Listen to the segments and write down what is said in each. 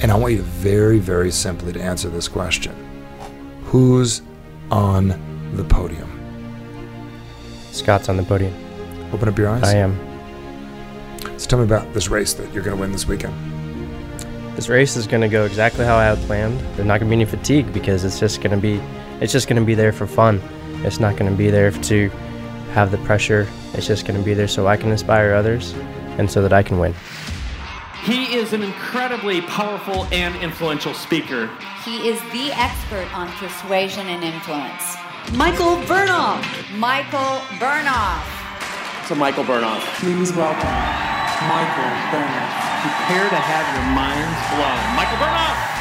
And I want you to very, very simply to answer this question. Who's on the podium? Scott's on the podium. Open up your eyes. I am. So tell me about this race that you're going to win this weekend. This race is going to go exactly how I had planned. There's not going to be any fatigue because it's just going to be, it's just going to be there for fun. It's not going to be there to have the pressure. It's just going to be there so I can inspire others, and so that I can win. He is an incredibly powerful and influential speaker. He is the expert on persuasion and influence. Michael Burnoff. Michael Burnoff. So, Michael Burnoff. Please welcome Michael Burnett. Prepare to have your minds blown. Michael Burnoff!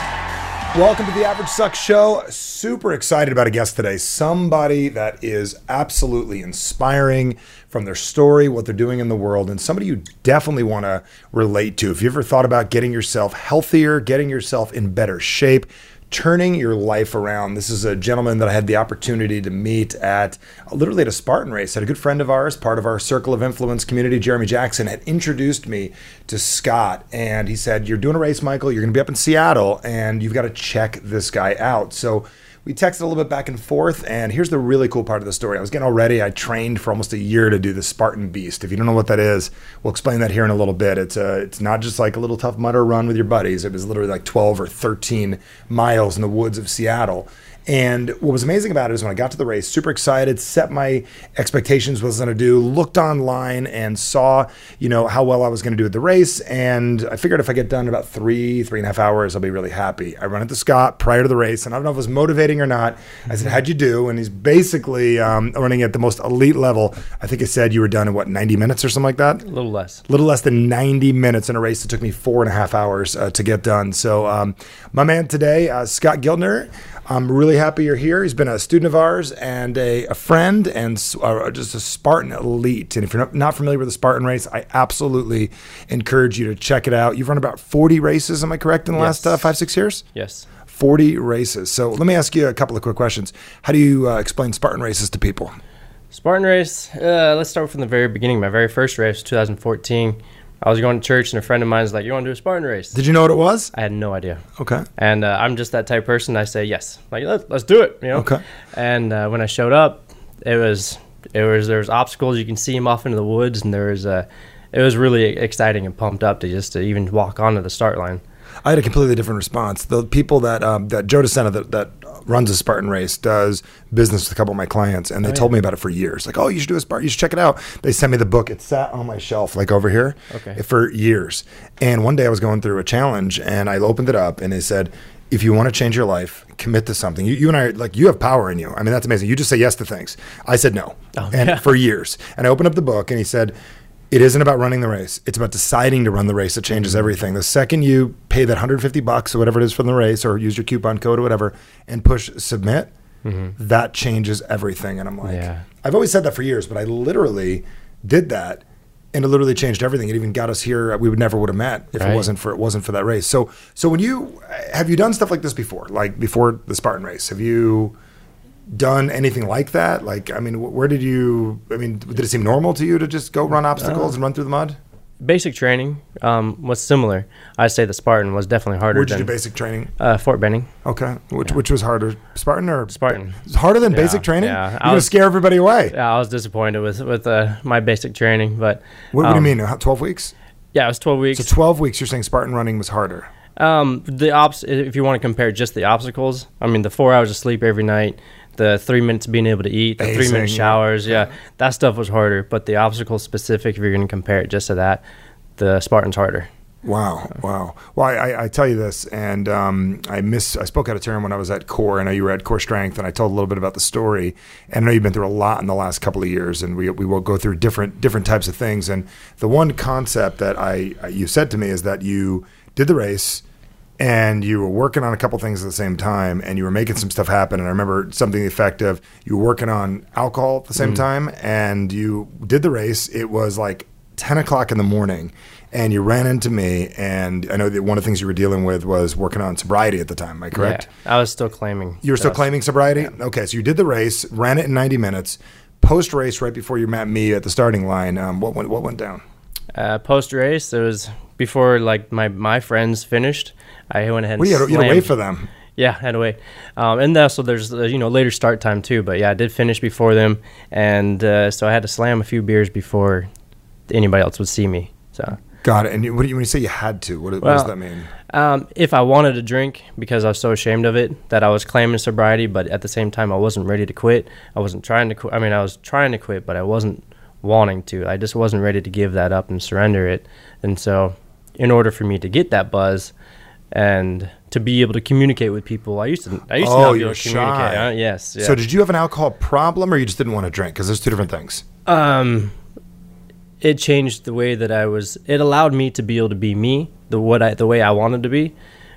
Welcome to the Average Suck Show. Super excited about a guest today. Somebody that is absolutely inspiring from their story, what they're doing in the world, and somebody you definitely want to relate to. If you ever thought about getting yourself healthier, getting yourself in better shape, turning your life around, this is a gentleman that I had the opportunity to meet at literally at a Spartan race. Had a good friend of ours, part of our circle of influence community, Jeremy Jackson, had introduced me to Scott, and he said, "You're doing a race, Michael. You're going to be up in Seattle, and you've got to check this guy out." So we texted a little bit back and forth, and here's the really cool part of the story. I was getting all ready. I trained for almost a year to do the Spartan Beast. If you don't know what that is, we'll explain that here in a little bit. It's a, it's not just like a little tough mudder run with your buddies. It was literally like 12 or 13 miles in the woods of Seattle. And what was amazing about it is when I got to the race, super excited, set my expectations what I was going to do, looked online and saw, you know, how well I was going to do at the race. And I figured if I get done in about three, three and a half hours, I'll be really happy. I run into Scott prior to the race, and I don't know if it was motivating or not. I said, How'd you do? And he's basically um, running at the most elite level. I think I said you were done in what, 90 minutes or something like that? A little less. little less than 90 minutes in a race that took me four and a half hours uh, to get done. So, um, my man today, uh, Scott Gildner, I'm really happy you're here. He's been a student of ours and a, a friend and s- uh, just a Spartan elite. And if you're not- not familiar with the Spartan race, I absolutely encourage you to check it out. You've run about 40 races, am I correct, in the last Yes. uh, five, six years? Yes. 40 races. So, let me ask you a couple of quick questions. How do you uh, explain Spartan races to people? Spartan race. Uh, let's start from the very beginning. My very first race, 2014. I was going to church, and a friend of mine was like, "You want to do a Spartan race?" Did you know what it was? I had no idea. Okay. And uh, I'm just that type of person. I say yes, like Let, let's do it. You know. Okay. And uh, when I showed up, it was it was there was obstacles. You can see him off into the woods, and there was uh, it was really exciting and pumped up to just to even walk onto the start line. I had a completely different response. The people that um, that Joe DeSena that, that runs a Spartan race does business with a couple of my clients, and they told me about it for years. Like, oh, you should do a Spartan. You should check it out. They sent me the book. It sat on my shelf, like over here, Okay. for years. And one day I was going through a challenge, and I opened it up, and they said. If you want to change your life, commit to something. You, you and I, are- like, you have power in you. I mean, that's amazing. You just say yes to things. I said no, and for years. And I opened up the book, and he said, it isn't about running the race. It's about deciding to run the race that changes everything. The second you pay that 150 bucks or whatever it is from the race or use your coupon code or whatever and push submit, that changes everything. And I'm like, Yeah. I've always said that for years, but I literally did that and it literally changed everything. It even got us here. We would never would have met if it Right. wasn't for it wasn't for that race. So so when you have you done stuff like this before, like before the Spartan race, have you done anything like that? Like, I mean, wh- where did you? I mean, did it seem normal to you to just go run obstacles and run through the mud? Basic training um, was similar. I say the Spartan was definitely harder Where'd you than do basic training? uh, Fort Benning. Okay, which which was harder, Spartan or Spartan. It's harder than Yeah, basic training. yeah. You're I gonna was- scare everybody away. Yeah, I was disappointed with with uh, my basic training, but What, what do you um, mean? how- Twelve weeks? Yeah, it was 12 weeks. So twelve weeks? You're saying Spartan running was harder? Um, the obs. If you want to compare just the obstacles, I mean, the four hours of sleep every night, the three minutes being able to eat, the three Pacing. minute showers. Yeah, that stuff was harder. But the obstacle specific, if you're going to compare it just to that, the Spartans harder. Wow, wow. Well, I, I, I tell you this, and um, I miss. I spoke out of turn when I was at Core. I know you were at Core Strength, and I told a little bit about the story. And I know you've been through a lot in the last couple of years, and we we will go through different different types of things. And the one concept that I I- you said to me is that you did the race. And you were working on a couple things at the same time, and you were making some stuff happen. And I remember something to the effect of you were working on alcohol at the Mm. same time, and you did the race. It was like 10 o'clock in the morning and you ran into me and i know that one of the things you were dealing with was working on sobriety at the time am i correct Yeah, I was still claiming. you were still that was- claiming sobriety okay so you did the race ran it in 90 minutes post race right before you met me at the starting line um, what, went, what went down Uh, Post race, it was before like my my friends finished. I went ahead. What do you and had, you had to wait slammed- for them? Yeah, had to wait. Um, and also, there's uh, you know later start time too. But yeah, I did finish before them, and uh, so I had to slam a few beers before anybody else would see me. So Got it. And you, what do you, when you say you had to, what, what does Well, that mean? um, if I wanted to drink because I was so ashamed of it that I was claiming sobriety, but at the same time I wasn't ready to quit. I wasn't trying to quit. I mean, I was trying to quit, but I wasn't wanting to. I just wasn't ready to give that up and surrender it. And so, in order for me to get that buzz and to be able to communicate with people, I used to. I used Oh, to not be you able were to communicate. shy. Uh, yes. Yeah. So did you have an alcohol problem, or you just didn't want to drink? Because there's two different things. um it changed the way that I was it allowed me to be able to be me the what I the way I wanted to be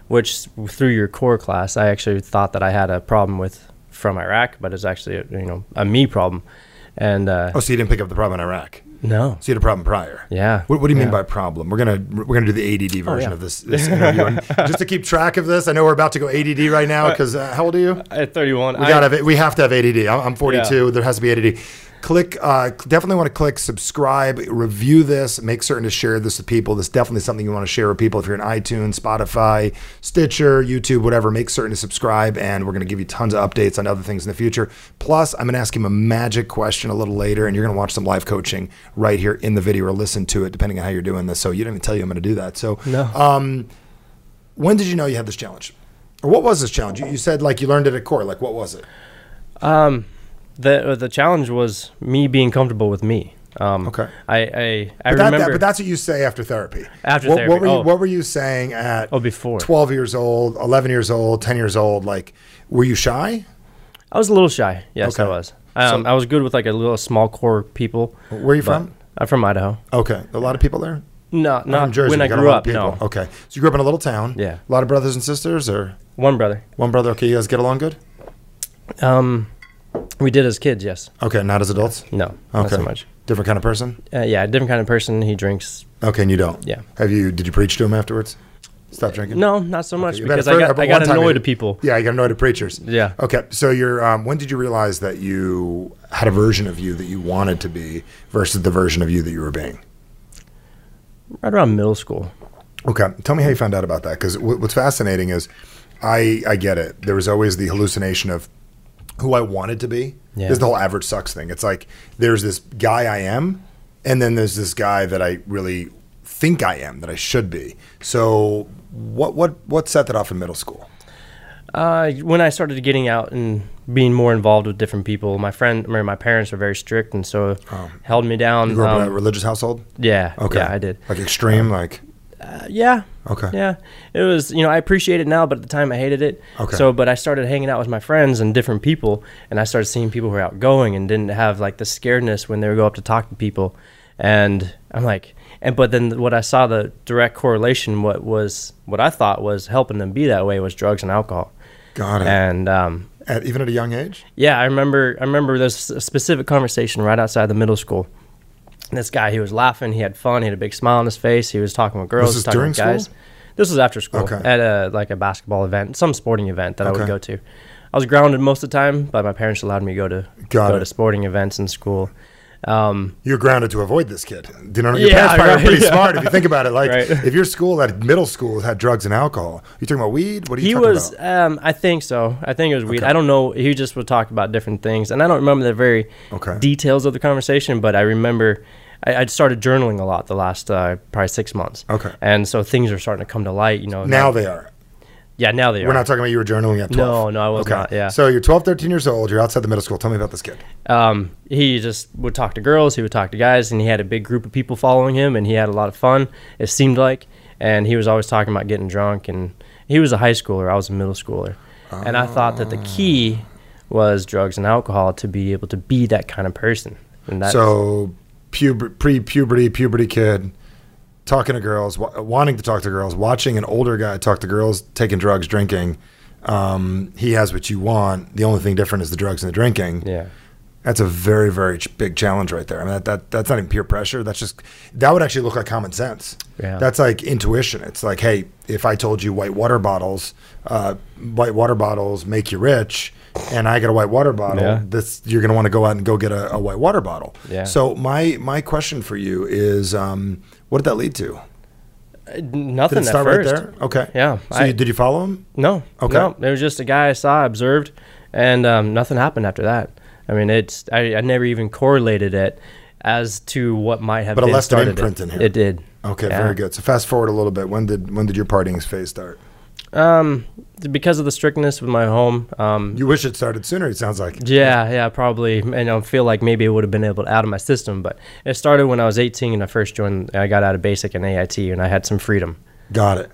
which through your core class I actually thought that I had a problem with from Iraq but it's actually a, you know a me problem and uh Oh, so you didn't pick up the problem in Iraq. no So you had a problem prior. Yeah. What, what do you mean Yeah. by Oh, problem? We're gonna we're gonna do the ADD version yeah. of this this interview, and just to keep track of this. I know we're about to go ADD right now because uh, how old are you? at 31 We I, gotta have it. We have to have ADD. I'm I'm 42. There has to be ADD. Click. Uh, definitely want to click subscribe, review this, make certain to share this with people. This is definitely something you want to share with people. If you're in iTunes, Spotify, Stitcher, YouTube, whatever, make certain to subscribe, and we're gonna give you tons of updates on other things in the future. Plus, I'm gonna ask him a magic question a little later, and you're gonna watch some live coaching right here in the video or listen to it, depending on how you're doing this. So you didn't even tell you I'm gonna do that. So No. Um, when did you know you had this challenge? Or what was this challenge? You, you said like you learned it at core. Like what was it? the the challenge was me being comfortable with me um Okay. I I, I But that- that- remember but that's what you say after therapy. After what, what therapy, were you, oh. what were you saying at? Oh, before. Twelve years old, eleven years old, ten years old. Like, were you shy? I was a little shy yes I Okay. was um, I was good with like a little small core people Where are you from? I'm from Idaho Okay, a lot of people there. No, I'm not from Jersey. when We I got a grew lot of up. No, people. Okay, so you grew up in a little town. Yeah. a lot of brothers and sisters, or one brother. one brother. Okay, you guys get along good. Um, we did as kids. Yes. Okay, not as adults. No. Not Okay. so much. Different kind of person. Uh, yeah, different kind of person. He drinks. Okay, and you don't. Yeah. Have you? Did you preach to him afterwards? Stop drinking. No, not so much You better because I fir- got but I got one time annoyed you- at people. Yeah, you got annoyed at preachers. Yeah. Okay, so you're. Um, when did you realize that you had a version of you that you wanted to be versus the version of you that you were being? Right around middle school. Okay, tell me how you found out about that because w- what's fascinating is, I I get it. There was always the hallucination of who I wanted to be. Yeah. There's the whole average sucks thing. It's like there's this guy I am, and then there's this guy that I really think I am that I should be. So what what what set that off in middle school? Uh, when I started getting out and being more involved with different people, my friend, or my parents were very strict, and so held me down. You grew up in a um, religious household. yeah. Okay. Yeah, I did. Um, Like extreme, like Yeah. Okay. Yeah. It was, you know, I appreciate it now, but at the time I hated it. Okay. So, but I started hanging out with my friends and different people, and I started seeing people who were outgoing and didn't have like the scaredness when they would go up to talk to people. And I'm like, and but then what I saw the direct correlation, what was, what I thought was helping them be that way was drugs and alcohol. got it. And, um, At, even at a young age, yeah, I remember. I remember this specific conversation right outside the middle school. And This guy, he was laughing. He had fun. He had a big smile on his face. He was talking with girls. this talking during with guys. school? This was after school Okay. at a like a basketball event, some sporting event that I Okay. would go to. I was grounded most of the time, but my parents allowed me to go to Got go it. to sporting events in school. Um, you're grounded to avoid this kid. Do you know? Your Yeah, parents probably are right, pretty yeah. smart if you think about it. Like, Right. if your school at middle school had drugs and alcohol, you talking about weed? What are you he talking was, about? um, I think so. I think it was weed. I don't know. He just would talk about different things, and I don't remember the very Okay. details of the conversation, but I remember I, I'd started journaling a lot the last uh, probably six months. Okay. and so things are starting to come to light. You know, Now they are. yeah, now they We're are. not talking about you were journaling at 12. No, no, I was not, yeah. So you're 12, 13 years old. You're outside the middle school. Tell me about this kid. um, he just would talk to girls, he would talk to guys, and he had a big group of people following him, and he had a lot of fun. It seemed like, and he was always talking about getting drunk, and he was a high schooler, I was a middle schooler, and I thought that Ah. the key was drugs and alcohol to be able to be that kind of person. And that, So puber- pre-puberty, puberty kid, talking to girls, wa wanting to talk to girls, watching an older guy talk to girls, taking drugs, drinking. Um, he has what you want. The only thing different is the drugs and the drinking. yeah, That's a very, very ch- big challenge right there. I mean, that, that that's not even peer pressure. That's just that would actually look like common sense. Yeah. That's like intuition. It's like, hey, if I told you white water bottles, uh, white water bottles make you rich, and I get a white water bottle, Yeah. this you're gonna want to go out and go get a, a white water bottle. Yeah. So my my question for you is, um, What did that lead to? Nothing Did it start at right first. there? Okay. Yeah, So I- you, did you follow him? No. Okay. No, it was just a guy I saw, observed, and um, nothing happened after that. I mean, it's I, I never even correlated it as to what might have. But it been left an started imprint it. in here. It did. Okay, Yeah. very good. So fast forward a little bit. When did when did your partying phase start? Um, because of the strictness with my home. Um, You wish it started sooner. It sounds like. yeah, yeah, probably. And I feel like maybe it would have been able to out of my system, but it started when I was 18 and I first joined. I got out of basic and AIT, and I had some freedom. Got it.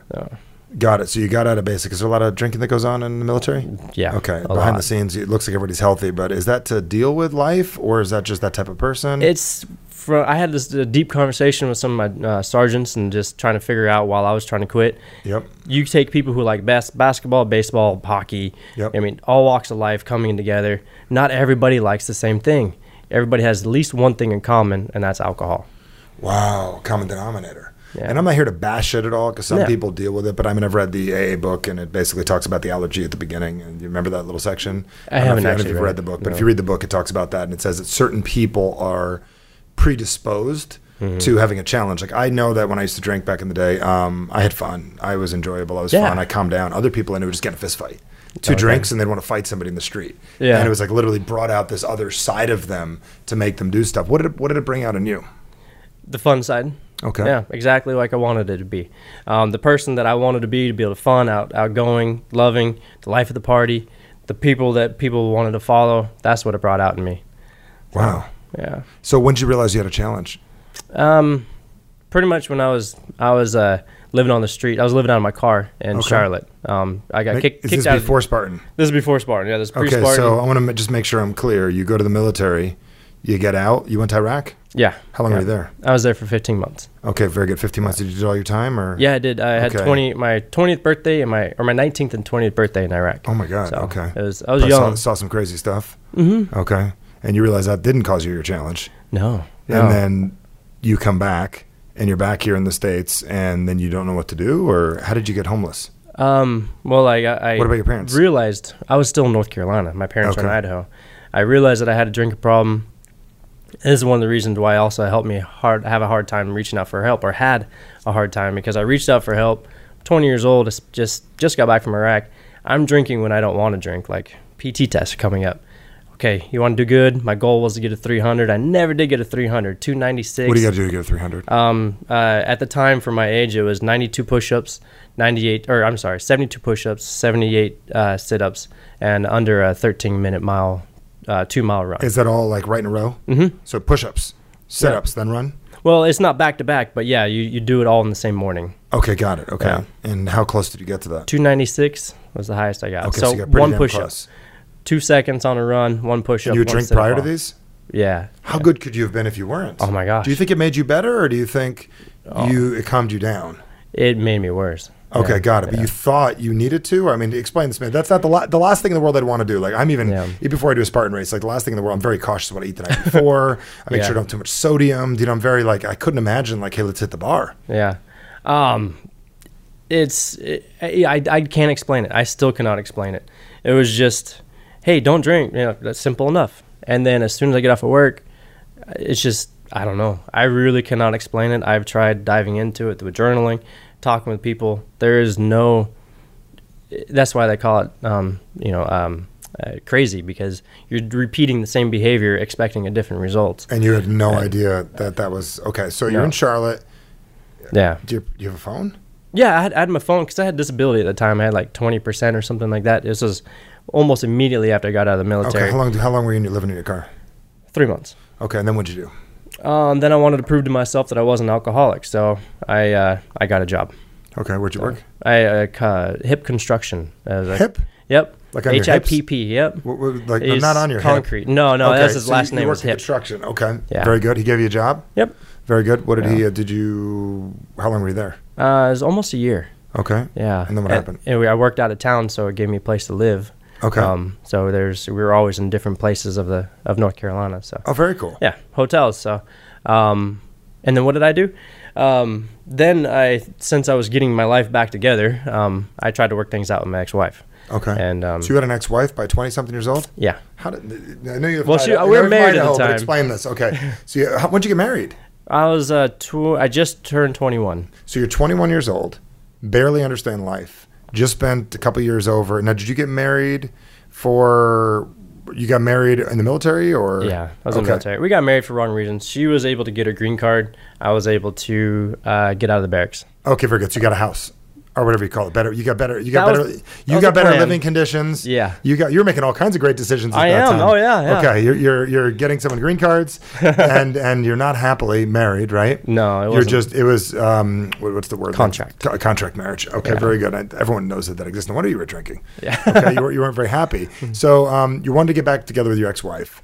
Got it. So you got out of basic. Is there a lot of drinking that goes on in the military? Yeah, Okay. a Behind the lot. scenes, it looks like everybody's healthy, but is that to deal with life, or is that just that type of person? It's from I had this uh, deep conversation with some of my uh, sergeants and just trying to figure out while I was trying to quit. Yep. You take people who like bas- basketball, baseball, hockey. Yep. I mean, all walks of life coming together. Not everybody likes the same thing. Everybody has at least one thing in common, and that's alcohol. Wow, common denominator. Yeah. And I'm not here to bash it at all because some No. people deal with it, but I mean, I've read the AA book and it basically talks about the allergy at the beginning. And you remember that little section? I don't know if haven't you- I don't know actually if you've read read, it, the book, but if no. you read the book, it talks about that and it says that certain people are predisposed Mm-hmm. to having a challenge. Like I know that when I used to drink back in the day, um, I had fun. I was enjoyable. I was Yeah. fun. I calmed down. Other people I knew would just get in a fist fight. Two drinks and they'd want to fight somebody in the street. Yeah. And it was like literally brought out this other side of them to make them do stuff. What did it, what did it bring out in you? the fun side. Okay. Yeah, exactly like I wanted it to be. Um, the person that I wanted to be to be able to fun, out, outgoing, loving, the life of the party, the people that people wanted to follow. That's what it brought out in me. Wow. Yeah. So when did you realize you had a challenge? Um, pretty much when I was I was uh, living on the street. I was living out of my car in Okay. Charlotte. Um, I got Make- kick, is kicked this out. before of, Spartan? this is before Spartan. Yeah, this is pre Okay, Spartan. so I want to ma- just make sure I'm clear. You go to the military, you get out, you went to Iraq. yeah. How long yeah. were you there? I was there for 15 months. Okay, very good. 15 months. Did you do all your time, or Yeah, I did. I had Okay. 20 my 20th birthday and my or my 19th and 20th birthday in Iraq. Oh my God. So okay. It was I was But young. Saw, saw some crazy stuff. Mm-hmm. Okay, and you realize that didn't cause you your challenge, no. no. and then you come back and you're back here in the states, and then you don't know what to do, or how did you get homeless? Um, well, I, I What about your parents? Realized I was still in North Carolina. My parents were in Okay. Idaho. I realized that I had a drinking problem. This is one of the reasons why also helped me hard have a hard time reaching out for help, or had a hard time because I reached out for help. 20 years old, just- just just got back from Iraq. I'm drinking when I don't want to drink. Like PT test coming up. Okay, you want to do good. My goal was to get a 300. I never did get a 300. 296. What do you got to do to get a 300? Um, uh, at the time, for my age, it was 92 push-ups, 98, or I'm sorry, 72 push-ups, 78 uh, sit-ups, and under a 13-minute mile, uh, two-mile run. Is that all like right in a row? Mm-hmm. So push-ups, sit-ups, then run. well, it's not back-to-back, but yeah, you, you do it all in the same morning. Okay, got it. Okay. Yeah. And how close did you get to that? 296 was the highest I got. Okay, so so you got pretty one damn push-up, close. two seconds on a run, one push-up. you would one drink sit-up prior to on- these? Yeah. How good could you have been if you weren't? Oh my gosh. Do you think it made you better or do you think you it calmed you down? It made me worse. Okay, Yeah, got it. But yeah. you thought you needed to? Or, I mean, explain this, man. That's not the la- the last thing in the world I'd want to do. Like, I'm even Yeah. even before I do a Spartan race. Like, the last thing in the world, I'm very cautious of what I eat the night before. I make Yeah. sure I don't have too much sodium. You know, I'm very like I couldn't imagine like, hey, let's hit the bar. Yeah. Um, it's it, I, I can't explain it. I still cannot explain it. It was just, hey, don't drink. You know, that's simple enough. And then as soon as I get off of work, it's just I don't know. I really cannot explain it. I've tried diving into it through journaling, talking with people. There is no. That's why they call it, um, you know, um, uh, crazy because you're repeating the same behavior, expecting a different result. And you had no idea that that was okay. So you're No. in Charlotte. Yeah. Do you, do you have a phone? Yeah, I had, I had my phone because I had disability at the time. I had like twenty percent or something like that. This was almost immediately after I got out of the military. Okay. How long? How long were you in your, living in your car? Three months. Okay, and then what'd you do? Um, then I wanted to prove to myself that I wasn't alcoholic, so I uh, I got a job. Okay, where'd you work? I uh, ca- hip construction. as a- Hip? Yep. Like on your H hips? I P P. Yep. What, what, like He's not on your hip. concrete. Oh, No, no, that's his so last you- you name worked was in Hip. Construction. Okay. Yeah. Very good. He gave you a job. Yep. Very good. What did he? Yeah. Uh, did you? How long were you there? Uh, it was almost a year. Okay. Yeah. And then what happened? And we, I worked out of town, so it gave me a place to live. Um, Okay. so there's we were always in different places of the of North Carolina. So. Oh, very cool. Yeah, hotels. So, um, and then what did I do? Um, then I, since I was getting my life back together, um, I tried to work things out with my ex-wife. Okay. And um, so you had an ex-wife by twenty-something years old. yeah, How did? I know you. Well, I she- know- I we were know you're from married at the Idaho, but time. Explain this. Okay. So you, how, when'd you get married? I was uh, tw- I just turned 21. So you're 21 years old, barely understand life, just spent a couple years over. Now, did you get married for? You got married in the military, or Yeah, I was in the military. We got married for wrong reasons. She was able to get her green card. I was able to uh, get out of the barracks. Okay, very good. So you got a house. Or whatever you call it, better. You got better. You got That better. was- that you was got the better plan. living conditions. Yeah. you got. You're making all kinds of great decisions. At I that am. time. Oh, yeah, yeah. Okay, you're you're you're getting someone green cards, and and you're not happily married, right? No, it you're wasn't. just. It was um. What, what's the word? Contract. Co- contract marriage. Okay, very good. I, everyone knows that that exists. No wonder you were drinking. Yeah. okay, you, were, you weren't very happy. So um, you wanted to get back together with your ex-wife,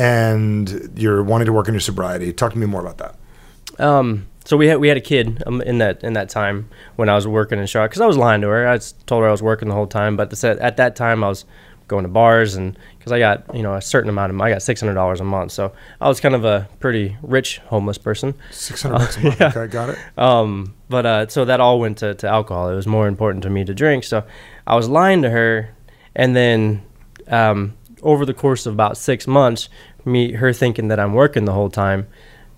and you're wanting to work on your sobriety. Talk to me more about that. Um, so we had we had a kid um, in that in that time when I was working in Charlotte because I was lying to her. I s- told her I was working the whole time, but the, set- at that time I was going to bars and because I got you know a certain amount of mon- I got six hundred dollars a month, so I was kind of a pretty rich homeless person. Six Oh, hundred bucks a month. Okay, got it. Um, but uh, so that all went to, to alcohol. It was more important to me to drink. So I was lying to her, and then um, over the course of about six months, me her thinking that I'm working the whole time,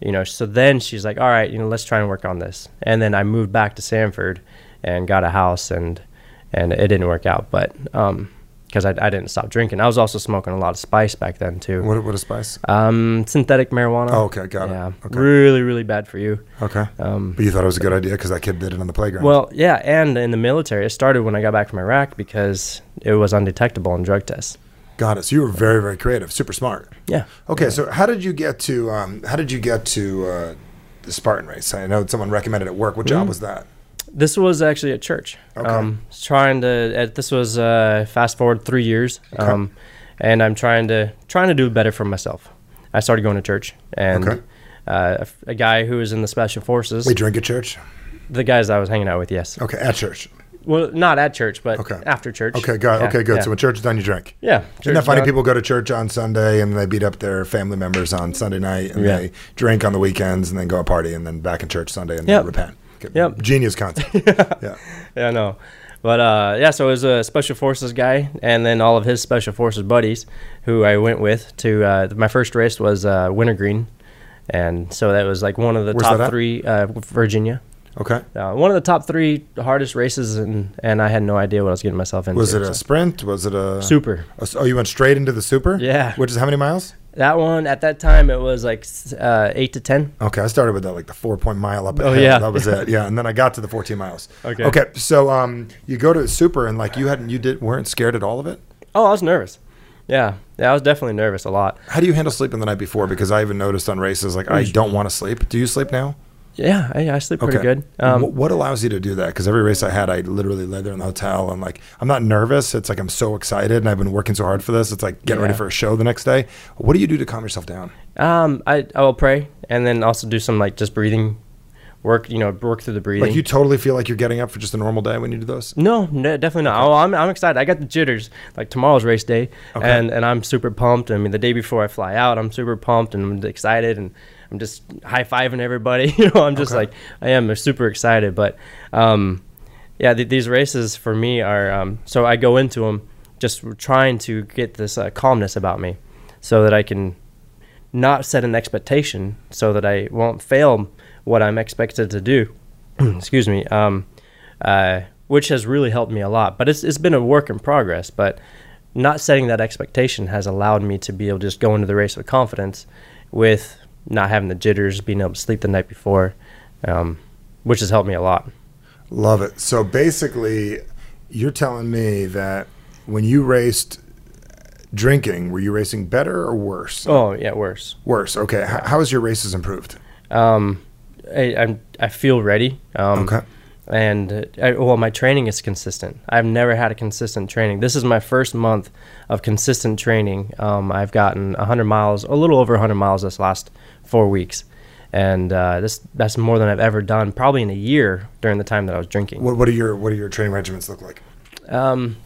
you know. So then she's like, "All right, you know, let's try and work on this." And then I moved back to Sanford and got a house, and and it didn't work out, but um 'cause because I, I didn't stop drinking. I was also smoking a lot of spice back then too. What what a spice. Um, synthetic marijuana. Oh, okay, got it. yeah, Okay. really, really bad for you. Okay. but you thought it was a good idea because that kid did it on the playground. Um, Well, yeah, and in the military, it started when I got back from Iraq because it was undetectable in drug tests. got it. So you were very, very creative, super smart. Yeah. Okay. So how did you get to um, how did you get to uh, the Spartan race? I know someone recommended it at work. What Mm-hmm. job was that? This was actually at church. Okay. Um, s- trying to. At, this was uh, fast forward three years, um, and I'm trying to trying to do better for myself. I started going to church, and Okay. uh, a, f- a guy who was in the special forces, We drink at church. the guys I was hanging out with, yes. Okay, at church. Well, not at church, but Okay. after church. Okay, got Yeah, okay, good. Yeah. So when church is done, you drink. yeah. Isn't that church funny? done. People go to church on Sunday and they beat up their family members on Sunday night and Yeah. they drink on the weekends and then go a party and then back in church Sunday and Yep. then repent. Okay. Yep. Genius concept. yeah. Yeah, I know. But uh, yeah, so it was a special forces guy, and then all of his special forces buddies, who I went with to uh, my first race was uh, Wintergreen, and so that was like one of the Where's that top at? three uh, Virginia, Okay. uh, one of the top three hardest races, and and I had no idea what I was getting myself into. Was it a so. sprint? Was it a super? Oh, so- oh, you went straight into the super? Yeah. Which is how many miles? That one at that time it was like s- uh, eight to ten. Okay, I started with that like the four point mile up. Oh, ahead. yeah. that was it. Yeah, and then I got to the fourteen miles. Okay. Okay, so um, you go to super and like you hadn't you did weren't scared at all of it. Oh, I was nervous. Yeah, yeah, I was definitely nervous a lot. How do you handle sleeping the night before? Because I even noticed on races like I don't want to sleep. Do you sleep now? Yeah, I, I sleep pretty good. Um, Wh- what, allows you to do that? Because every race I had, I literally lay there in the hotel and like I'm not nervous. It's like I'm so excited and I've been working so hard for this. It's like getting ready Yeah. for a show the next day. What do you do to calm yourself down? Um, I I will pray and then also do some like just breathing work. You know, work through the breathing. Like you totally feel like you're getting up for just a normal day when you do those. no, no, definitely not. Oh, I'm I'm excited. I got the jitters. Like tomorrow's race day, Okay. and and I'm super pumped. I mean, the day before I fly out, I'm super pumped and I'm excited and. I'm just high fiving everybody. You know, I'm just Okay. like I am super excited. But um, yeah, th- these races for me are um, so I go into them just trying to get this uh, calmness about me, so that I can not set an expectation so that I won't fail what I'm expected to do. Excuse me. Um, uh, which has really helped me a lot, but it's, it's been a work in progress. But not setting that expectation has allowed me to be able to just go into the race with confidence, with not having the jitters, being able to sleep the night before, um, which has helped me a lot. Love it. So basically, you're telling me that when you raced drinking, were you racing better or worse? Oh yeah, worse. Worse. Okay. H- how has your races improved? Um, I, I'm I feel ready. Um, Okay. And uh, I, well, my training is consistent. I've never had a consistent training. This is my first month of consistent training. Um, I've gotten 100 miles, a little over 100 miles this last four weeks, and uh, this that's more than I've ever done, probably in a year during the time that I was drinking. What, what are your What do your training regimens look like?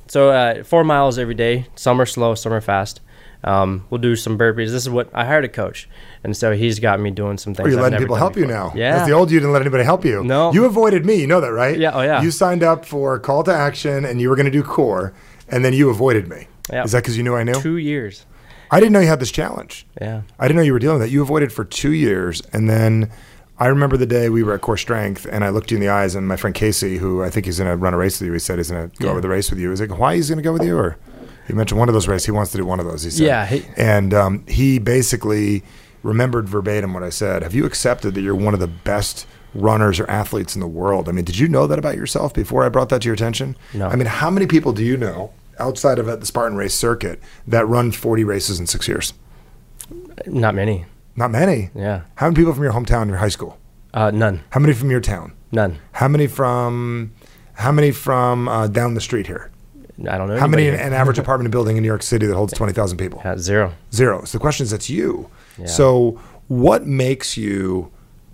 So uh, four miles every day. Some are slow, some are fast. Um, we'll do some burpees. This is what I hired a coach, and so he's got me doing some things. Are you I've letting never people done help you before. now? Yeah. That's the old you didn't let anybody help you. No. You avoided me. You know that, right? Yeah, oh, yeah. You signed up for call to action, and you were going to do core, and then you avoided me. Yeah. Is that because you knew I knew? two years. I didn't know you had this challenge. Yeah. I didn't know you were dealing with that. You avoided for two years, and then I remember the day we were at Core Strength, and I looked you in the eyes, and my friend Casey, who I think he's going to run a race with you, he said he's going to go over the race with you. He's like, why he's going to go with you? Or he mentioned one of those races. He wants to do one of those. He said, Yeah, he- and um, he basically remembered verbatim what I said. Have you accepted that you're one of the best? Runners or athletes in the world. I mean, did you know that about yourself before I brought that to your attention? No. I mean, how many people do you know outside of at the Spartan race circuit that run 40 races in six years? Not many. Not many. Yeah. How many people from your hometown, your high school? Uh, none. How many from your town? None. How many from? How many from uh, down the street here? I don't know. How many in anybody an average apartment building in New York City that holds twenty thousand people? here. Uh, zero. Zero. So the question is, that's you. So what makes you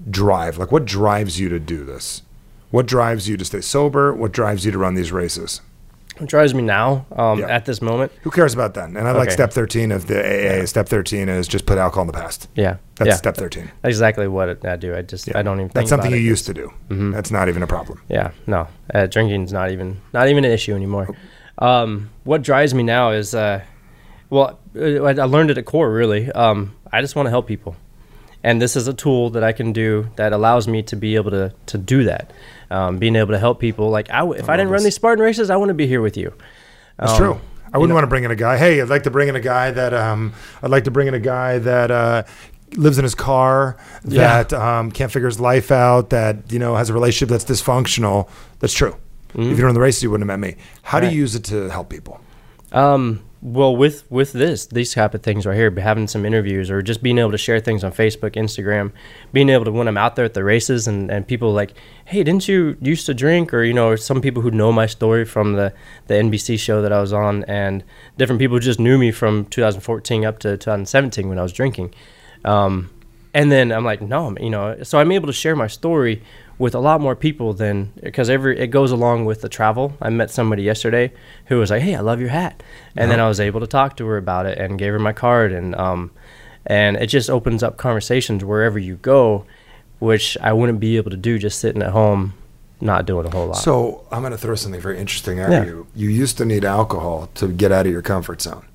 drive? Like, what drives you to do this? What drives you to stay sober? What drives you to run these races? What drives me now, um, Yeah. at this moment, Who cares about that? And I like Okay. step thirteen of the AA. Step thirteen is just put alcohol in the past. Yeah. that's Yeah. step thirteen. that's exactly what it- I do. I just I don't even. That's think something you about it. Mm-hmm. used to do. That's not even a problem. Yeah, no, uh, drinking's not even not even an issue anymore. Um, what drives me now is, uh, well, uh, I I learned it at core really. Um, I just want to help people, and this is a tool that I can do that allows me to be able to to do that. Um, being able to help people, like I, w- if I, didn't run these Spartan races, I wouldn't be here with you. That's Um, true. I wouldn't want to bring in a guy. Hey, I'd like to bring in a guy that um, I'd like to bring in a guy that uh, lives in his car, Yeah. that um, can't figure his life out, that you know has a relationship that's dysfunctional. That's true. If you don't run the race, you wouldn't have met me. How do Mm-hmm. Right. you use it to help people? Um, well, with with this, these type of things right here, but having some interviews or just being able to share things on Facebook, Instagram, being able to when I'm out there at the races and, and people like, hey, didn't you used to drink? Or you know, or some people who know my story from the the NBC show that I was on, and different people who just knew me from 2014 up to 2017 when I was drinking. Um, and then I'm like, no, you know, so I'm able to share my story with a lot more people than because every it goes along with the travel. I met somebody yesterday who was like, hey, I love your hat, and Uh-huh. then I was able to talk to her about it and gave her my card and um, and it just opens up conversations wherever you go, which I wouldn't be able to do just sitting at home, not doing a whole lot. So I'm going to throw something very interesting at Yeah. you. You used to need alcohol to get out of your comfort zone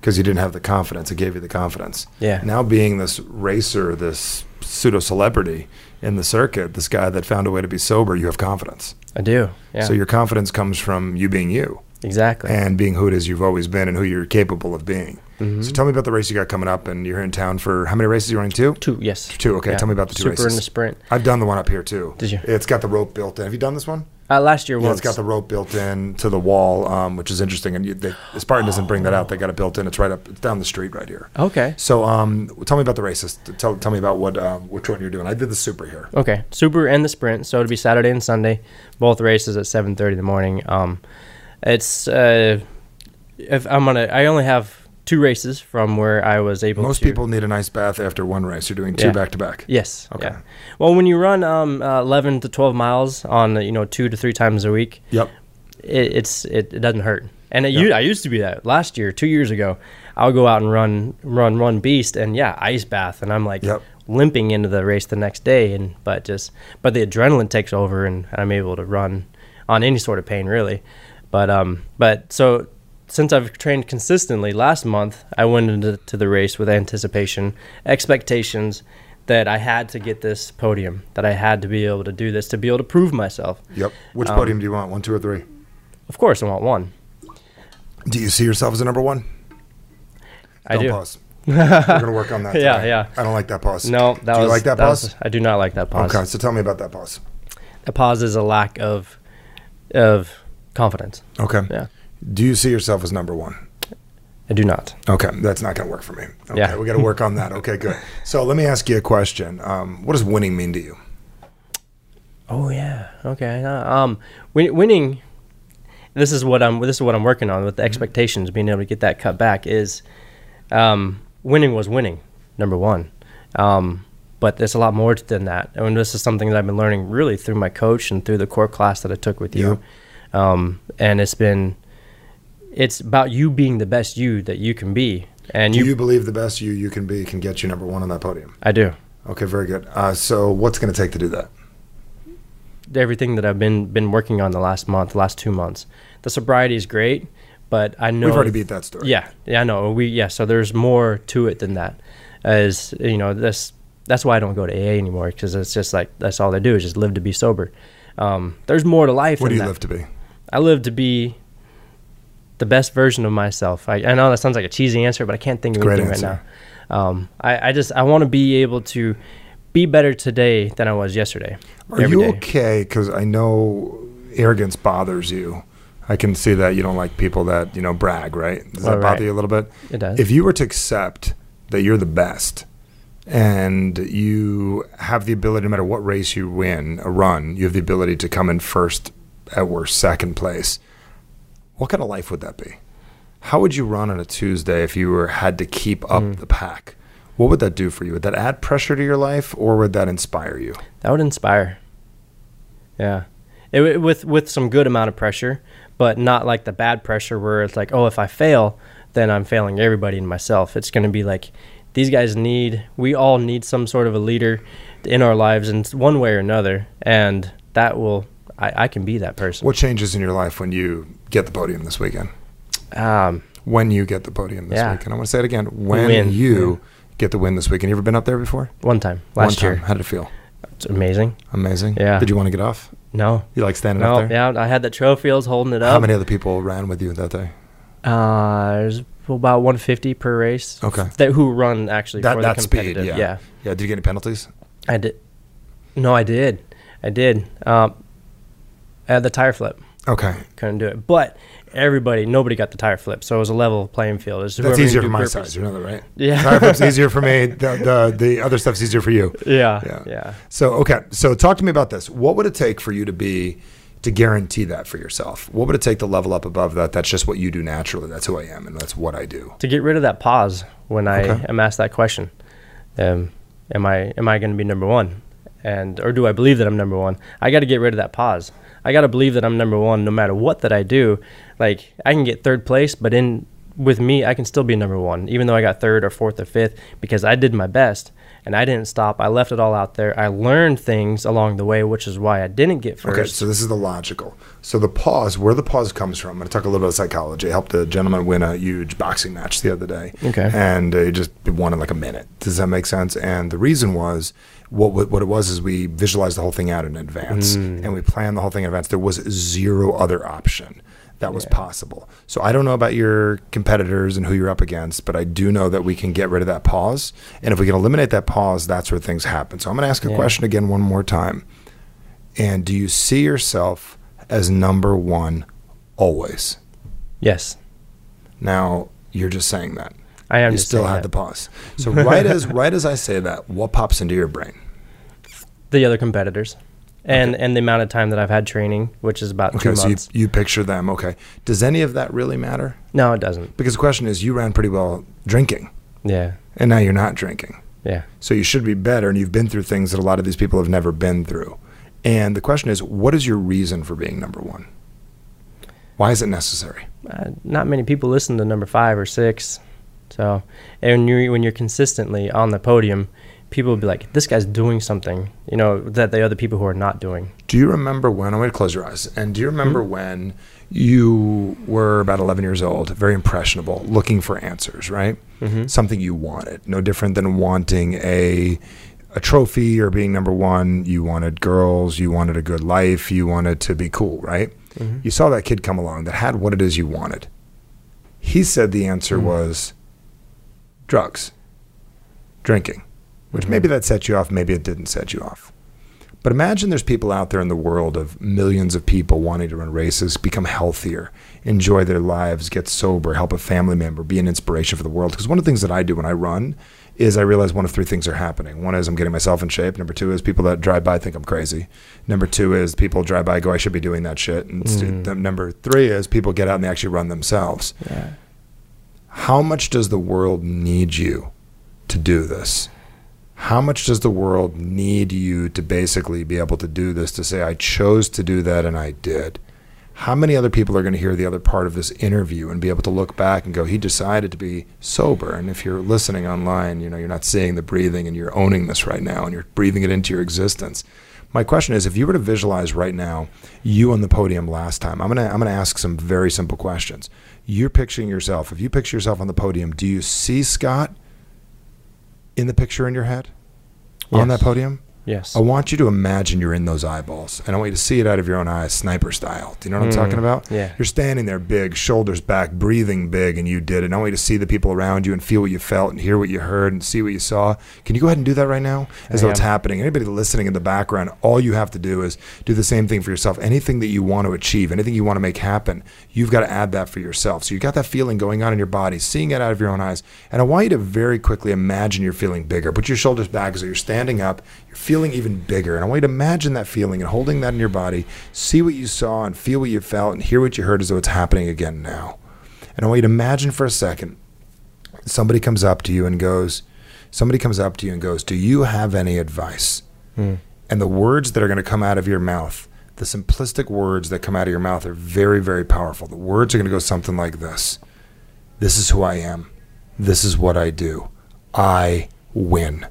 because you didn't have the confidence. It gave you the confidence. Yeah. Now being this racer, this pseudo celebrity in the circuit, this guy that found a way to be sober, you have confidence. I do. Yeah. So your confidence comes from you being you exactly. and being who it is you've always been and who you're capable of being. Mm-hmm. So tell me about the race you got coming up, and you're in town for how many races you running? Two. two. Yes. Two. Okay. Yeah. Tell me about the two Super races. and the sprint. I've done the one up here too. Did you? It's got the rope built in. Have you done this one? Uh, last year Yeah, once. it's got the rope built in to the wall, um, which is interesting. And you, they, Spartan doesn't bring that out; they got it built in. It's right up, it's down the street, right here. Okay. So, um, tell me about the races. Tell, tell me about what um, which one you're doing. I did the super here. Okay, super and the sprint. So it'll be Saturday and Sunday, both races at seven thirty in the morning. Um, it's uh, if I'm gonna, I only have two races from where I was able. Most to, people need an ice bath after one race. You're doing Yeah. two back to back. Yes. Okay. Yeah. Well, when you run um, uh, eleven to twelve miles on uh, you know two to three times a week, Yep. it, it's it, it doesn't hurt. And it, u- I used to be that last year, two years ago. I'll go out and run, run, run, beast, and yeah, ice bath, and I'm like Yep. limping into the race the next day. And but just but the adrenaline takes over, and I'm able to run on any sort of pain really. But um, but so since I've trained consistently, last month I went into to the race with anticipation, expectations that I had to get this podium, that I had to be able to do this, to be able to prove myself. Yep. Which Um, podium do you want? One, two, or three? Of course, I want one. Do you see yourself as a number one? I don't do. pause. We're gonna work on that. Yeah, today. yeah. I don't like that pause. No, that do you was like that, was- pause? I do not like that pause. Okay, so tell me about that pause. A pause is a lack of of confidence. Okay. Yeah. Do you see yourself as number one? I do not. Okay, that's not going to work for me. Okay, Yeah. we got to work on that. Okay, good. So let me ask you a question. Um, what does winning mean to you? Oh yeah. Okay. uh, Um, win- winning. This is what I'm. This is what I'm working on with Mm-hmm. the expectations. Being able to get that cut back is, um, winning was winning, number one. Um, but there's a lot more than that, and this is something that I've been learning really through my coach and through the core class that I took with you. Um, and it's been, it's about you being the best you that you can be, and Do you. you believe the best you you can be can get you number one on that podium? I do. Okay, very good. Uh, so what's going to take to do that? everything that I've been been working on the last month, last two months. The sobriety is great, but I know We've already beat that story. Yeah, yeah, I know. We yeah. So there's more to it than that. As you know, this that's why I don't go to AA anymore because it's just like that's all they do is just live to be sober. Um, there's more to life. What do than you that. live to be? I live to be the best version of myself. I, I know that sounds like a cheesy answer, but I can't think of Great anything right now. answer. Um, I, I just I want to be able to be better today than I was yesterday. Are every you day. okay? Because I know arrogance bothers you. I can see that you don't like people that you know brag, right? Does Well, that bother right. you a little bit? It does. If you were to accept that you're the best and you have the ability, no matter what race you win, a run, you have the ability to come in first, at worst, second place. What kind of life would that be? How would you run on a Tuesday if you were had to keep up Mm. the pack? What would that do for you? Would that add pressure to your life, or would that inspire you? That would inspire. Yeah, it, w- with with some good amount of pressure, but not like the bad pressure where it's like, oh, if I fail, then I'm failing everybody and myself. It's going to be like these guys need. We all need some sort of a leader in our lives in s- one way or another, and that will. I, I can be that person. What changes in your life when you get the podium this weekend? Um, When you get the podium this Yeah. weekend. I want to say it again. When Win. you get the win this weekend. You ever been up there before? one time last One time. year, How did it feel? it's amazing. Amazing. Yeah. Did you want to get off? No, You like standing no, up there? yeah, I had the trophy. I was holding it up. How many other people ran with you that day? Uh, there's about 150 per race. Okay. That who run actually That for that the speed. competitive. Yeah. yeah. Yeah. Did you get any penalties? I did. No, I did. I did. Um, I had the tire flip. Okay. Couldn't do it. But everybody, nobody got the tire flip, so it was a level playing field. It was That's whoever easier could for do my purpose. size. You know that, right? Yeah. Tire flip's easier for me. The, the the other stuff's easier for you. Yeah, Yeah. yeah. So okay. So talk to me about this. What would it take for you to be to guarantee that for yourself? What would it take to level up above that? That's just what you do naturally. That's who I am, and that's what I do. To get rid of that pause when I Okay. am asked that question, um, am I am I going to be number one, and or do I believe that I'm number one? I got to get rid of that pause. I got to believe that I'm number one no matter what that I do. Like I can get third place, but in with me, I can still be number one, even though I got third or fourth or fifth because I did my best and I didn't stop. I left it all out there. I learned things along the way, which is why I didn't get first. Okay, so this is the logical. So the pause, where the pause comes from, I'm going to talk a little bit of psychology. I helped a gentleman win a huge boxing match the other day. Okay. And uh, he just won in like a minute. Does that make sense? And the reason was what what what it was is we visualized the whole thing out in advance and we planned the whole thing in advance. There was zero other option that was possible. So I don't know about your competitors and who you're up against, but I do know that we can get rid of that pause. And if we can eliminate that pause, that's where things happen. So I'm going to ask a question again one more time. And do you see yourself as number one always? yes, Now you're just saying that. I am. you just still saying had that. the pause. So right as right as I say that, what pops into your brain? the other competitors and and the amount of time that I've had training, which is about Okay, two so you, months. you picture them. Okay, does any of that really matter? no, it doesn't. Because the question is, you ran pretty well drinking, Yeah, and now you're not drinking. yeah, So you should be better, and you've been through things that a lot of these people have never been through. And the question is, what is your reason for being number one? Why is it necessary? uh, not many people listen to number five or six. So, and you when you're consistently on the podium, people will be like, "This guy's doing something," you know, that the other people who are not doing. Do you remember when? I want you to close your eyes. And do you remember when you were about 11 years old, very impressionable, looking for answers, right? Something you wanted, no different than wanting a a trophy or being number one. You wanted girls, you wanted a good life, you wanted to be cool, right? You saw that kid come along that had what it is you wanted. He said the answer was drugs, drinking, which maybe that set you off, maybe it didn't set you off. But imagine there's people out there in the world of millions of people wanting to run races, become healthier, enjoy their lives, get sober, help a family member, be an inspiration for the world. Because one of the things that I do when I run is I realize one of three things are happening. One is I'm getting myself in shape. Number two is people that drive by think I'm crazy. Number two is people drive by go, I should be doing that shit. And stu- th- number three is people get out and they actually run themselves. How much does the world need you to do this? how much does the world need you to basically be able to do this to say i chose to do that and i did how many other people are going to hear the other part of this interview and be able to look back and go he decided to be sober and if you're listening online you know you're not seeing the breathing and you're owning this right now and you're breathing it into your existence my question is if you were to visualize right now you on the podium last time i'm going to i'm going to ask some very simple questions you're picturing yourself if you picture yourself on the podium do you see scott in the picture in your head on Yes. that podium? Yes. I want you to imagine you're in those eyeballs, and I want you to see it out of your own eyes, sniper style. Do you know what I'm talking about? Hmm. yeah. You're standing there, big, shoulders back, breathing big, and you did it. And I want you to see the people around you and feel what you felt and hear what you heard and see what you saw. Can you go ahead and do that right now, as I though it's am. happening? Anybody listening in the background, all you have to do is do the same thing for yourself. Anything that you want to achieve, anything you want to make happen, you've got to add that for yourself. So you got that feeling going on in your body, seeing it out of your own eyes. And I want you to very quickly imagine you're feeling bigger. Put your shoulders back as though you're standing up. You're feeling even bigger. And I want you to imagine that feeling and holding that in your body. See what you saw and feel what you felt and hear what you heard as though it's happening again now. And I want you to imagine for a second somebody comes up to you and goes, somebody comes up to you and goes, Do you have any advice? And the words that are going to come out of your mouth, the simplistic words that come out of your mouth are very, very powerful. The words are going to go something like this This is who I am. This is what I do. I win.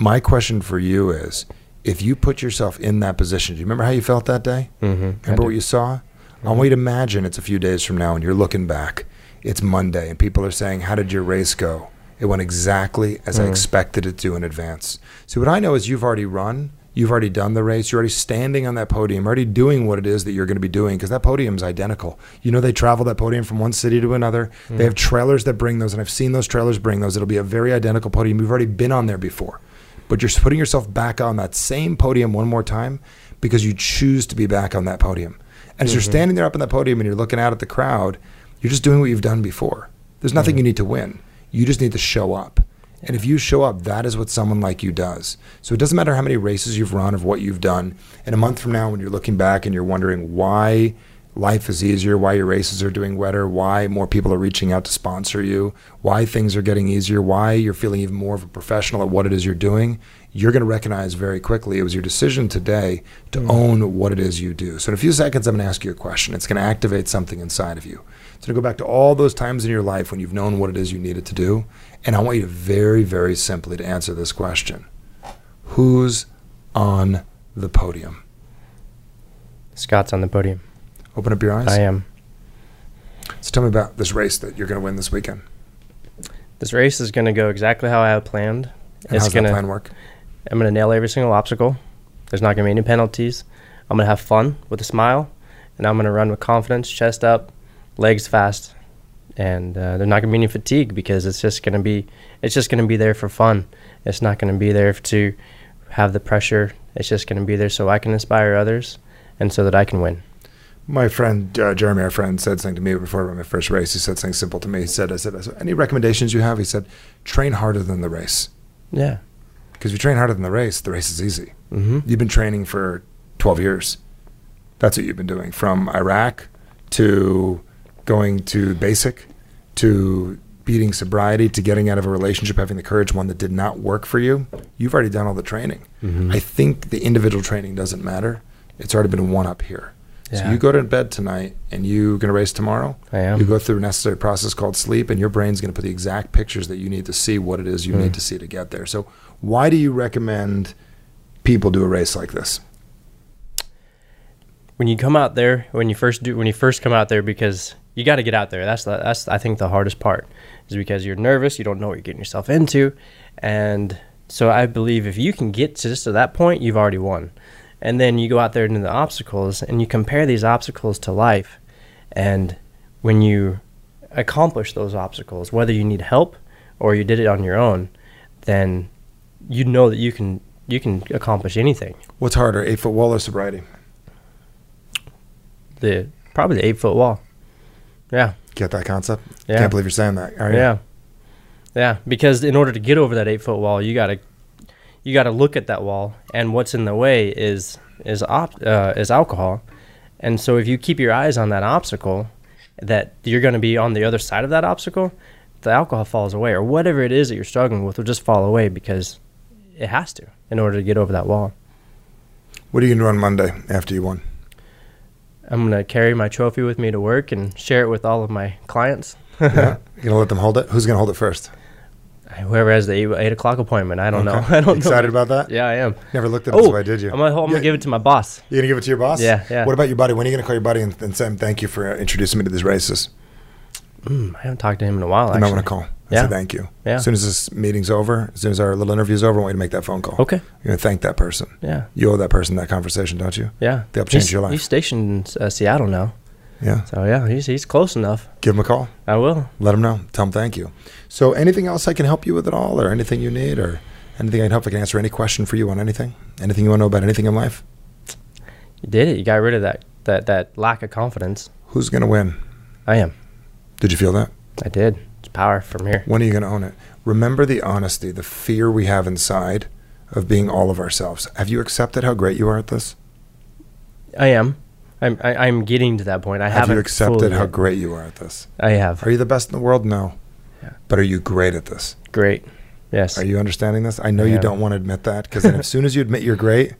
My question for you is if you put yourself in that position, do you remember how you felt that day? Mm-hmm. Remember what you saw? I want you to imagine it's a few days from now and you're looking back. It's Monday and people are saying, How did your race go? It went exactly as I expected it to in advance. So, what I know is you've already run, you've already done the race, you're already standing on that podium, already doing what it is that you're going to be doing because that podium's identical. You know, they travel that podium from one city to another. They have trailers that bring those, and I've seen those trailers bring those. It'll be a very identical podium. You've already been on there before but you're putting yourself back on that same podium one more time because you choose to be back on that podium. And as you're standing there up on that podium and you're looking out at the crowd, you're just doing what you've done before. There's nothing you need to win. You just need to show up. And if you show up, that is what someone like you does. So it doesn't matter how many races you've run of what you've done. And a month from now, when you're looking back and you're wondering why life is easier, why your races are doing wetter, why more people are reaching out to sponsor you, why things are getting easier, why you're feeling even more of a professional at what it is you're doing, you're going to recognize very quickly it was your decision today to own what it is you do. So in a few seconds, I'm going to ask you a question. It's going to activate something inside of you. So to go back to all those times in your life when you've known what it is you needed to do, and I want you to very, very simply to answer this question. Who's on the podium? Scott's on the podium. Open up your eyes. I am. So tell me about this race that you're going to win this weekend. This race is going to go exactly how I had planned. And how's gonna, that plan work? I'm going to nail every single obstacle. There's not going to be any penalties. I'm going to have fun with a smile, and I'm going to run with confidence, chest up, legs fast, and uh, there's not going to be any fatigue because it's just going to be it's just going to be there for fun. It's not going to be there to have the pressure. It's just going to be there so I can inspire others and so that I can win. My friend uh, Jeremy, our friend, said something to me before I ran my first race. He said something simple to me. He said, "I said, I said any recommendations you have?" He said, "Train harder than the race Yeah. because if you train harder than the race, the race is easy. Mm-hmm. You've been training for 12 years. That's what you've been doing from Iraq to going to basic to beating sobriety to getting out of a relationship, having the courage, one that did not work for you. You've already done all the training. I think the individual training doesn't matter. It's already been one up here. So Yeah. you go to bed tonight and you're going to race tomorrow. I am. You go through a necessary process called sleep, and your brain's going to put the exact pictures that you need to see what it is you Hmm. need to see to get there. So, why do you recommend people do a race like this? when you come out there when you first do when you first come out there because you got to get out there that's the, that's i think the hardest part is because you're nervous you don't know what you're getting yourself into and so i believe if you can get to just to that point you've already won and then you go out there into the obstacles and you compare these obstacles to life and when you accomplish those obstacles whether you need help or you did it on your own then you know that you can you can accomplish anything What's harder, eight foot wall or sobriety? the probably the eight foot wall yeah Get that concept? Yeah. Can't believe you're saying that. Are you? Yeah. Yeah, because in order to get over that 8-foot wall, you got to you got to look at that wall and what's in the way is is op, uh, is alcohol. And so if you keep your eyes on that obstacle that you're going to be on the other side of that obstacle, the alcohol falls away or whatever it is that you're struggling with will just fall away because it has to in order to get over that wall. What are you going to do on Monday after you won? I'm going to carry my trophy with me to work and share it with all of my clients. Yeah. You're going to let them hold it? Who's going to hold it first? Whoever has the eight, eight o'clock appointment, I don't know. I don't Excited know. about that? Yeah, I am. Never looked at it Oh, this way, did you? I'm gonna, I'm Yeah. gonna give it to my boss. You're going to give it to your boss? Yeah, yeah. What about your buddy? When are you going to call your buddy and, and say, thank you for uh, introducing me to these races? I haven't talked to him in a while. You Actually, might want to call. I Yeah. said thank you. Yeah. As soon as this meeting's over, as soon as our little interview's over, I want you to make that phone call. Okay. You're gonna thank that person. Yeah. You owe that person that conversation, don't you? Yeah. They helped He's- change your life. He's stationed in uh, Seattle now. Yeah. So yeah, he's he's close enough. Give them a call. I will. Let them know. Tell them thank you. So anything else I can help you with at all, or anything you need, or anything I can help, I can answer any question for you on anything, anything you want to know about anything in life. You did it. You got rid of that that that lack of confidence. Who's gonna win? I am. Did you feel that? I did. It's power from here. When are you going to own it? Remember the honesty, the fear we have inside of being all of ourselves. Have you accepted how great you are at this? I am. I'm I, I'm getting to that point. I Have haven't you accepted fully how yet. great you are at this? I have. Are you the best in the world? No. Yeah. But are you great at this? Great. Yes. Are you understanding this? I know I you am. don't want to admit that because then as soon as you admit you're great,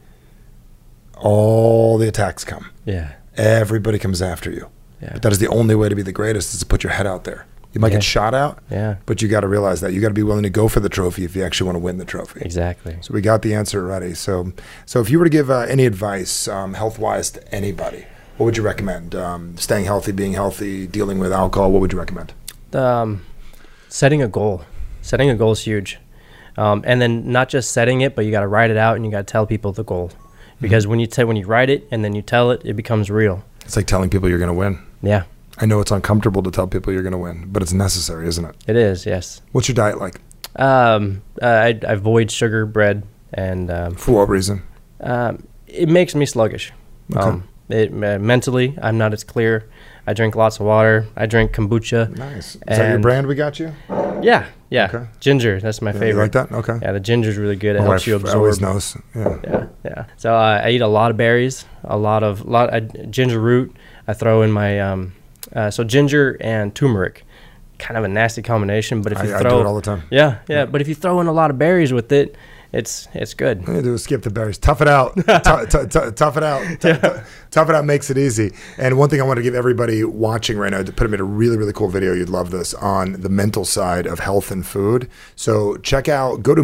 all the attacks come. Yeah. Everybody comes after you. Yeah. But that is the only way to be the greatest is to put your head out there. You might Yeah. get shot out, Yeah. but you got to realize that. You got to be willing to go for the trophy if you actually want to win the trophy. Exactly. So we got the answer already. So, so if you were to give uh, any advice, um, health wise, to anybody, what would you recommend? Um, staying healthy, being healthy, dealing with alcohol. What would you recommend? Um, setting a goal. Setting a goal is huge. Um, and then not just setting it, but you got to write it out and you got to tell people the goal. Mm-hmm. Because when you t- when you write it and then you tell it, it becomes real. It's like telling people you're going to win. Yeah. I know it's uncomfortable to tell people you're going to win, but it's necessary, isn't it? It is. Yes. What's your diet like? Um, I, I avoid sugar, bread, and um, For what reason? um, it makes me sluggish. Um, it uh, mentally, I'm not as clear. I drink lots of water. I drink kombucha. Nice. Is that your And- brand we got you? Yeah, yeah. Okay. Ginger, that's my You favorite. like that? Okay. Yeah, the ginger's really good. It My helps wife you absorb. always knows. Yeah. Yeah, yeah. So uh, I eat a lot of berries, a lot of lot I, ginger root. I throw in my um, uh, so ginger and turmeric, kind of a nasty combination. But if you I, I throw do it all the time. Yeah, yeah. But if you throw in a lot of berries with it, it's it's good. All you do is skip the berries. Tough it out. Tu- tu- tu- tough it out. Tu- tu- Tough it out makes it easy. And one thing I want to give everybody watching right now to put them in a really, really cool video. You'd love this on the mental side of health and food. So check out, go to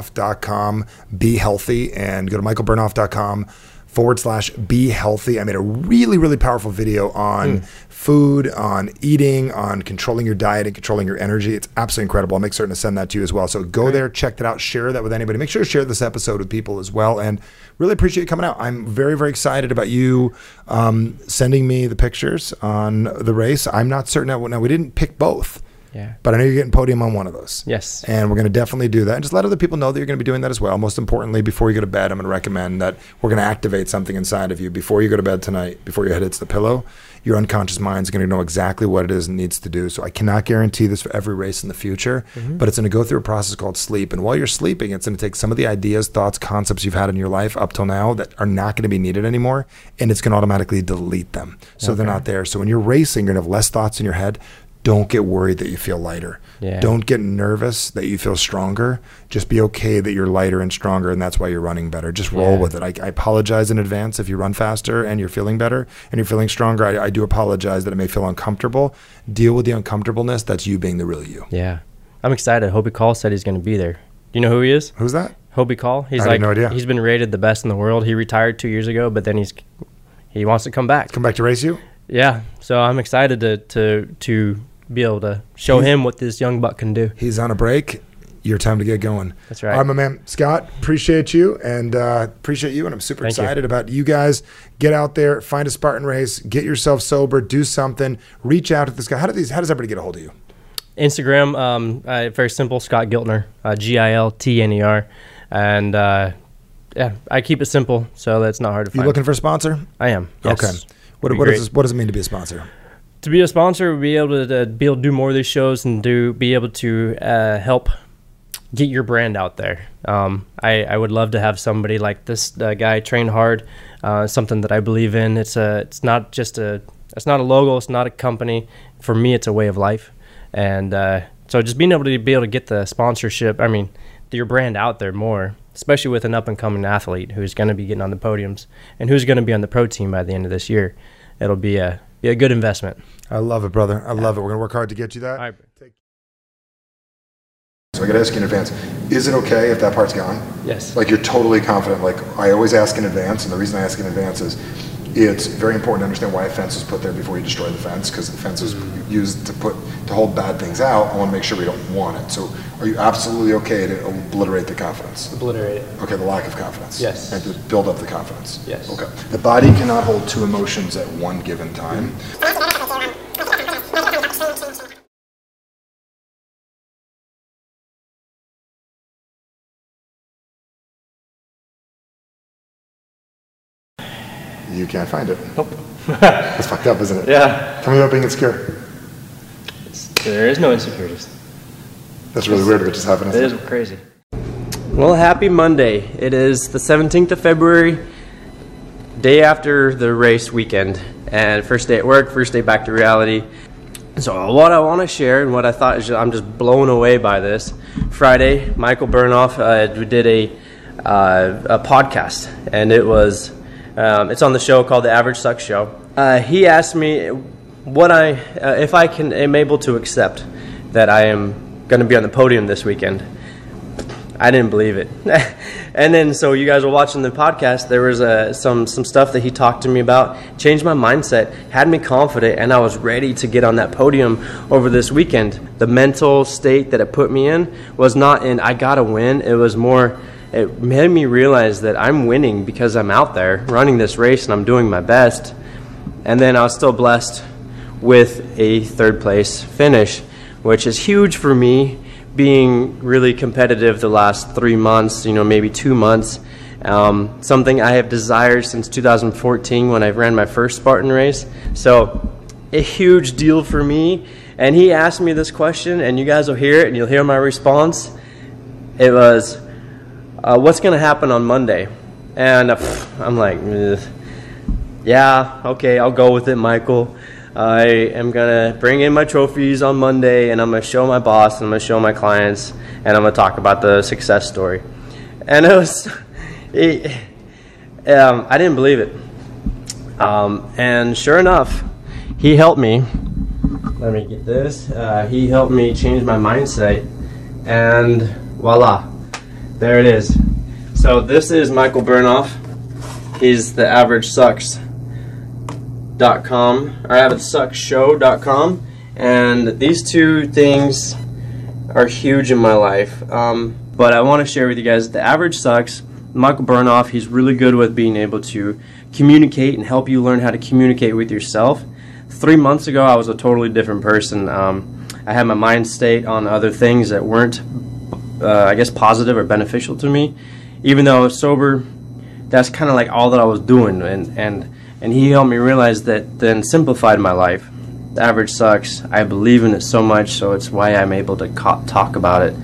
michaelburnoff.com, be healthy, and go to michaelburnoff.com forward slash be healthy. I made a really, really powerful video Hmm. on food, on eating, on controlling your diet and controlling your energy. It's absolutely incredible. I'll make certain to send that to you as well. So go there, check that out, share that with anybody. Make sure to share this episode with people as well. And really appreciate you coming out. I'm very, very excited about you um, sending me the pictures on the race. I'm not certain. Now, now we didn't pick both. Yeah. But I know you're getting podium on one of those. Yes. And we're going to definitely do that. And just let other people know that you're going to be doing that as well. Most importantly, before you go to bed, I'm going to recommend that we're going to activate something inside of you before you go to bed tonight, before your head hits the pillow. Your unconscious mind's going to know exactly what it is it needs to do. So I cannot guarantee this for every race in the future, but it's going to go through a process called sleep. And while you're sleeping, it's going to take some of the ideas, thoughts, concepts you've had in your life up till now that are not going to be needed anymore, and it's going to automatically delete them. So they're not there. So when you're racing, you're going to have less thoughts in your head. Don't get worried that you feel lighter. Yeah. Don't get nervous that you feel stronger. Just be okay that you're lighter and stronger, and that's why you're running better. Just roll Yeah. with it. I, I apologize in advance if you run faster and you're feeling better and you're feeling stronger. I, I do apologize that it may feel uncomfortable. Deal with the uncomfortableness. That's you being the real you. Yeah. I'm excited. Hobie Call said he's going to be there. Do you know who he is? Who's that? Hobie Call. He's I had like no idea. he's been rated the best in the world. He retired two years ago, but then he's he wants to come back. Come back to race you? Yeah. So I'm excited to to to be able to show him what this young buck can do. He's on a break. Your time to get going. That's right. All right, my man. Scott, appreciate you and uh, appreciate you. And I'm super Thank you. excited about you guys. Get out there, find a Spartan race, get yourself sober, do something, reach out to this guy. How do these how does everybody get a hold of you? Instagram, um, uh, very simple. Scott Giltner, uh, G I L T N E R, and uh, yeah, I keep it simple, so that's not hard to You find. looking for a sponsor? I am. yes. Okay. What, Be what, great. does this, what does it mean to be a sponsor? to be a sponsor, be able to, to be able to do more of these shows and do be able to uh, help get your brand out there. Um, I, I would love to have somebody like this uh, guy train hard, uh, something that I believe in. It's a it's not just a it's not a logo, it's not a company. For me, it's a way of life, and uh, so just being able to be able to get the sponsorship. I mean, your brand out there more. Especially with an up and coming athlete who's going to be getting on the podiums and who's going to be on the pro team by the end of this year, it'll be a be a good investment. I love it, brother. I love it. We're going to work hard to get you that. All right. So I got to ask you in advance, is it okay if that part's gone? Yes. Like you're totally confident. Like I always ask in advance, and the reason I ask in advance is it's very important to understand why a fence is put there before you destroy the fence, because the fence is used to put, to hold bad things out. I want to make sure we don't want it. So are you absolutely okay to obliterate the confidence? Obliterate it. Okay, the lack of confidence? Yes. And to build up the confidence? Yes. Okay. The body cannot hold two emotions at one given time. You can't find it. Nope. That's fucked up, isn't it? Yeah. Tell me about being insecure. There is no insecurities. That's really weird what just happened. It is crazy. Well, happy Monday. It is the 17th of February, day after the race weekend, and first day at work, first day back to reality. So, what I want to share and what I thought is I'm just blown away by this. Friday, Michael Burnoff uh, did a, uh, a podcast, and it was um, it's on the show called The Average Sucks Show. Uh, he asked me what I uh, if I can am able to accept that I am going to be on the podium this weekend. I didn't believe it. and then so you guys were watching the podcast. There was uh, some some stuff that he talked to me about, changed my mindset, had me confident, and I was ready to get on that podium over this weekend. The mental state that it put me in was not in I gotta win. It was more. It made me realize that I'm winning because I'm out there running this race and I'm doing my best. And then I was still blessed with a third place finish, which is huge for me being really competitive the last three months, you know, maybe two months. Um, something I have desired since 2014 when I ran my first Spartan race. So, a huge deal for me. And he asked me this question, and you guys will hear it and you'll hear my response. It was, uh, What's going to happen on Monday? And uh, pff, I'm like, "Ugh." Yeah, okay, I'll go with it, Michael. I am going to bring in my trophies on Monday and I'm going to show my boss and I'm going to show my clients and I'm going to talk about the success story. And it was, it, um, I didn't believe it. Um, and sure enough, he helped me. Let me get this. Uh, he helped me change my mindset. And voila, there it is. So this is Michael Burnoff. He's the average sucks dot com or avidsuckshow.com and these two things are huge in my life um, but i want to share with you guys the average sucks michael burnoff he's really good with being able to communicate and help you learn how to communicate with yourself three months ago i was a totally different person um, i had my mind state on other things that weren't uh, i guess positive or beneficial to me even though i was sober that's kind of like all that I was doing, and and and he helped me realize that then simplified my life. The average sucks. I believe in it so much, so it's why I'm able to co- talk about it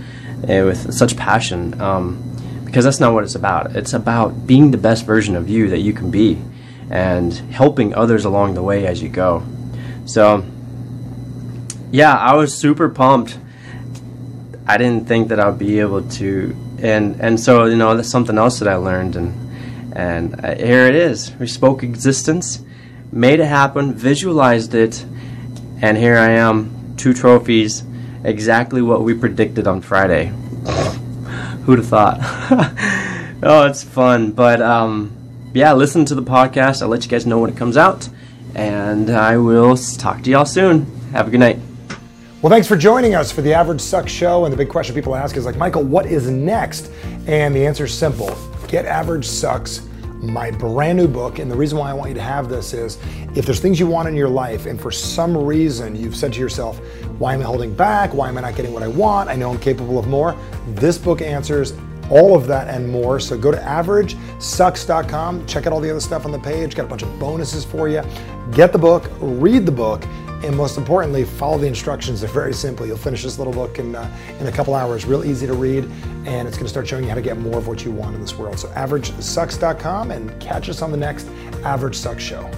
eh, with such passion, um, because that's not what it's about. It's about being the best version of you that you can be, and helping others along the way as you go. So, yeah, I was super pumped. I didn't think that I'd be able to, and and so you know that's something else that I learned, and and uh, here it is. We spoke existence, made it happen, visualized it, and here I am, two trophies, exactly what we predicted on Friday. Who'd have thought? oh, it's fun, but um, yeah, listen to the podcast. I'll let you guys know when it comes out, and I will s- talk to y'all soon. Have a good night. Well, thanks for joining us for the Average Sucks Show. And the big question people ask is like, Michael, what is next? And the answer is simple Get Average Sucks, my brand new book. And the reason why I want you to have this is if there's things you want in your life, and for some reason you've said to yourself, why am I holding back? Why am I not getting what I want? I know I'm capable of more. This book answers all of that and more. So go to averagesucks.com, check out all the other stuff on the page, got a bunch of bonuses for you. Get the book, read the book, and most importantly, follow the instructions. They're very simple. You'll finish this little book in, uh, in a couple hours, real easy to read, and it's going to start showing you how to get more of what you want in this world. So averagesucks.com and catch us on the next Average Sucks Show.